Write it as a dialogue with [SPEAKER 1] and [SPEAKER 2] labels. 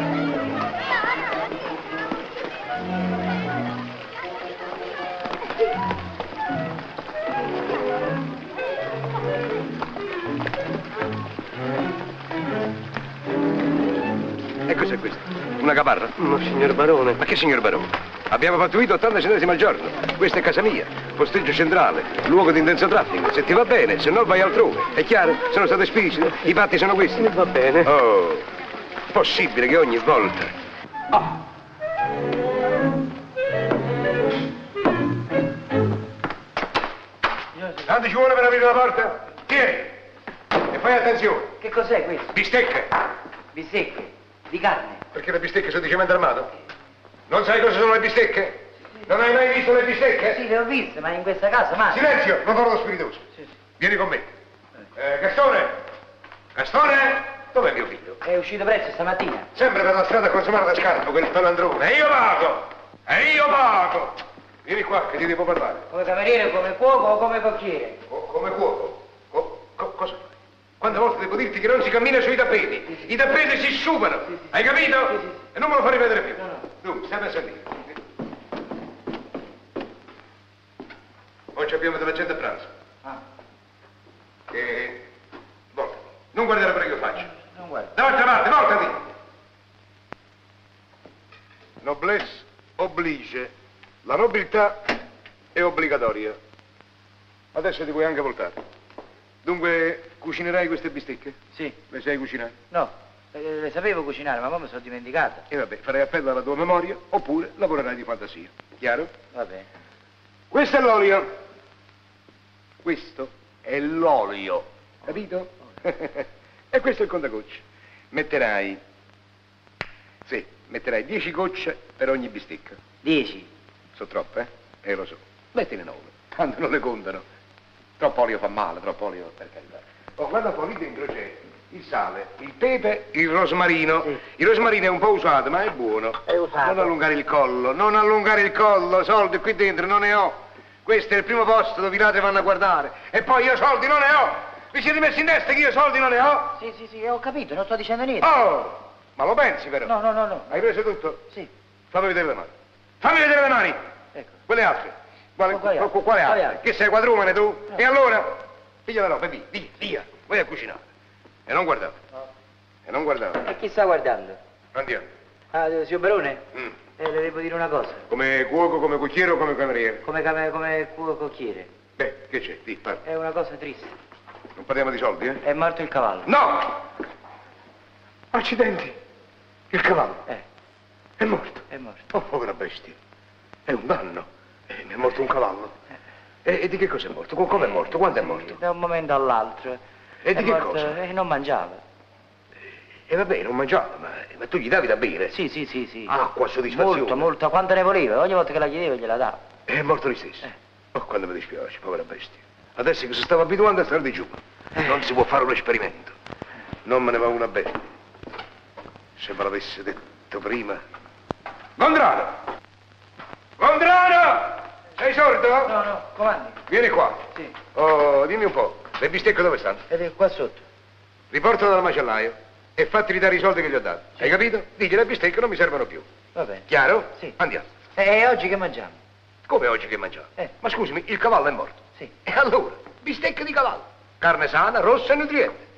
[SPEAKER 1] lunga.
[SPEAKER 2] E cos'è questo? Una gabarra?
[SPEAKER 3] No, signor Barone.
[SPEAKER 2] Ma che signor Barone? Abbiamo pattuito 80 centesimi al giorno. Questa è casa mia, posteggio centrale, luogo di intenso traffico. Se ti va bene, se no vai altrove. È chiaro? Sono stato esplicito, i fatti sono questi.
[SPEAKER 3] Va bene.
[SPEAKER 2] Oh, possibile che ogni volta. Ah! Tanto ci vuole per aprire la porta? Tieni! E fai attenzione,
[SPEAKER 1] Che cos'è questo?
[SPEAKER 2] bistecca!
[SPEAKER 1] Bistecche, di carne.
[SPEAKER 2] Perché le bistecche sono di cemento armato? Non sai cosa sono le bistecche? Non hai mai visto le bistecche?
[SPEAKER 1] Sì, le ho viste, ma in questa casa mai.
[SPEAKER 2] Silenzio, non farò lo spiritoso. Vieni con me. Eh, Gastone! Gastone! Dov'è mio figlio?
[SPEAKER 1] È uscito presto stamattina.
[SPEAKER 2] Sempre per la strada a consumare da scarto quel palandrone. E io pago! E io pago! Vieni qua che ti devo parlare.
[SPEAKER 1] Come cameriere, come cuoco o come cocchiere.
[SPEAKER 2] Co- come cuoco. Co- co- cosa fai? Quante volte devo dirti che non si cammina sui tappeti? I tappeti si sciupano, hai capito? E non me lo fai ripetere più.
[SPEAKER 1] No, no.
[SPEAKER 2] Dunque, stai a sentire. Oggi abbiamo della gente a pranzo.
[SPEAKER 1] Ah,
[SPEAKER 2] E... Voltati. Non guardare quello che io faccio.
[SPEAKER 1] non guarda.
[SPEAKER 2] Davanti, avanti, voltati! Noblesse oblige. La nobiltà è obbligatoria. Adesso ti puoi anche voltare. Dunque, cucinerai queste bistecche?
[SPEAKER 1] Sì,
[SPEAKER 2] Le sai cucinare?
[SPEAKER 1] no, eh, le sapevo cucinare, ma poi mi sono dimenticata.
[SPEAKER 2] E vabbè, farai appello alla tua memoria oppure lavorerai di fantasia. Chiaro?
[SPEAKER 1] Va bene.
[SPEAKER 2] Questo è l'olio. Questo è l'olio. Capito? e questo è il contagocce. Metterai... Sì, metterai 10 gocce per ogni bistecca.
[SPEAKER 1] Dieci.
[SPEAKER 2] Sono troppe, eh? Eh, lo so. Mettine 9, tanto non le contano. Troppo olio fa male, troppo olio per carità. Oh, guarda un po' lì dentro c'è il sale, il pepe, il rosmarino.
[SPEAKER 1] Sì.
[SPEAKER 2] Il rosmarino è un po' usato, ma è buono.
[SPEAKER 1] È usato.
[SPEAKER 2] Non allungare il collo, non allungare il collo, soldi qui dentro non ne ho. Questo è il primo posto dove i ladri vanno a guardare. E poi io soldi non ne ho. Vi siete messi in testa che io soldi non ne ho?
[SPEAKER 1] Sì, sì, sì, ho capito, non sto dicendo niente.
[SPEAKER 2] Oh! Ma lo pensi però?
[SPEAKER 1] Ah, No, no, no, no.
[SPEAKER 2] Hai preso tutto?
[SPEAKER 1] Sì,
[SPEAKER 2] Fammi vedere le mani. Fammi vedere le mani!
[SPEAKER 1] ecco.
[SPEAKER 2] Quelle altre? Quale,
[SPEAKER 1] Ma quali
[SPEAKER 2] qu-
[SPEAKER 1] altre?
[SPEAKER 2] qu- quale
[SPEAKER 1] Quali
[SPEAKER 2] altre? Eh.
[SPEAKER 1] altre?
[SPEAKER 2] Che sei quadrumene tu?
[SPEAKER 1] No.
[SPEAKER 2] E allora? Piglia la roba, e via, via, via. Vai a cucinare. E non guardate. E non guardate.
[SPEAKER 1] E chi sta guardando?
[SPEAKER 2] Andiamo.
[SPEAKER 1] Ah, eh, signor Barone,
[SPEAKER 2] Mm.
[SPEAKER 1] eh, le devo dire una cosa.
[SPEAKER 2] Come cuoco, come cucchiere o come cameriere?
[SPEAKER 1] Come, cam- come cu- cocchiere.
[SPEAKER 2] Beh, che c'è? Dì, parla.
[SPEAKER 1] È una cosa triste.
[SPEAKER 2] Non parliamo di soldi, eh?
[SPEAKER 1] È morto il cavallo.
[SPEAKER 2] No! Accidenti! Il cavallo
[SPEAKER 1] Eh,
[SPEAKER 2] è morto.
[SPEAKER 1] è morto.
[SPEAKER 2] Oh, povera bestia. È un danno. Eh, mi è morto un cavallo. E, e di che cosa è morto? Co- Come è morto? Quando è morto?
[SPEAKER 1] Da un momento all'altro.
[SPEAKER 2] E di
[SPEAKER 1] È
[SPEAKER 2] che
[SPEAKER 1] morto-
[SPEAKER 2] cosa?
[SPEAKER 1] eh, non mangiava.
[SPEAKER 2] E va bene, Eh, non mangiava, ma, ma tu gli davi da bere?
[SPEAKER 1] Sì, sì, sì, sì.
[SPEAKER 2] Acqua, soddisfazione.
[SPEAKER 1] Molto, molto. Quanto ne voleva? Ogni volta che la chiedevo gliela davo.
[SPEAKER 2] È morto lui stesso.
[SPEAKER 1] Eh.
[SPEAKER 2] Oh, quando mi dispiace, povera bestia. Adesso che si stava abituando a stare di giù.
[SPEAKER 1] Eh.
[SPEAKER 2] Non si può fare un esperimento. Non me ne va una bene. Se me l'avesse detto prima. Gondrano! Gondrano! Sei sordo?
[SPEAKER 1] No, no, comandi.
[SPEAKER 2] Vieni qua.
[SPEAKER 1] Sì.
[SPEAKER 2] Oh, dimmi un po', le bistecche dove stanno?
[SPEAKER 1] Ed è qua sotto.
[SPEAKER 2] Riportalo dal macellaio e fatti ridare i soldi che gli ho dato. Hai capito? Digli le bistecche non mi servono più.
[SPEAKER 1] Va bene.
[SPEAKER 2] Chiaro?
[SPEAKER 1] Sì.
[SPEAKER 2] Andiamo.
[SPEAKER 1] E oggi che mangiamo?
[SPEAKER 2] Come oggi che mangiamo?
[SPEAKER 1] Eh.
[SPEAKER 2] Ma scusami, il cavallo è morto.
[SPEAKER 1] Sì.
[SPEAKER 2] E allora? Bistecche di cavallo. Carne sana, rossa e nutriente.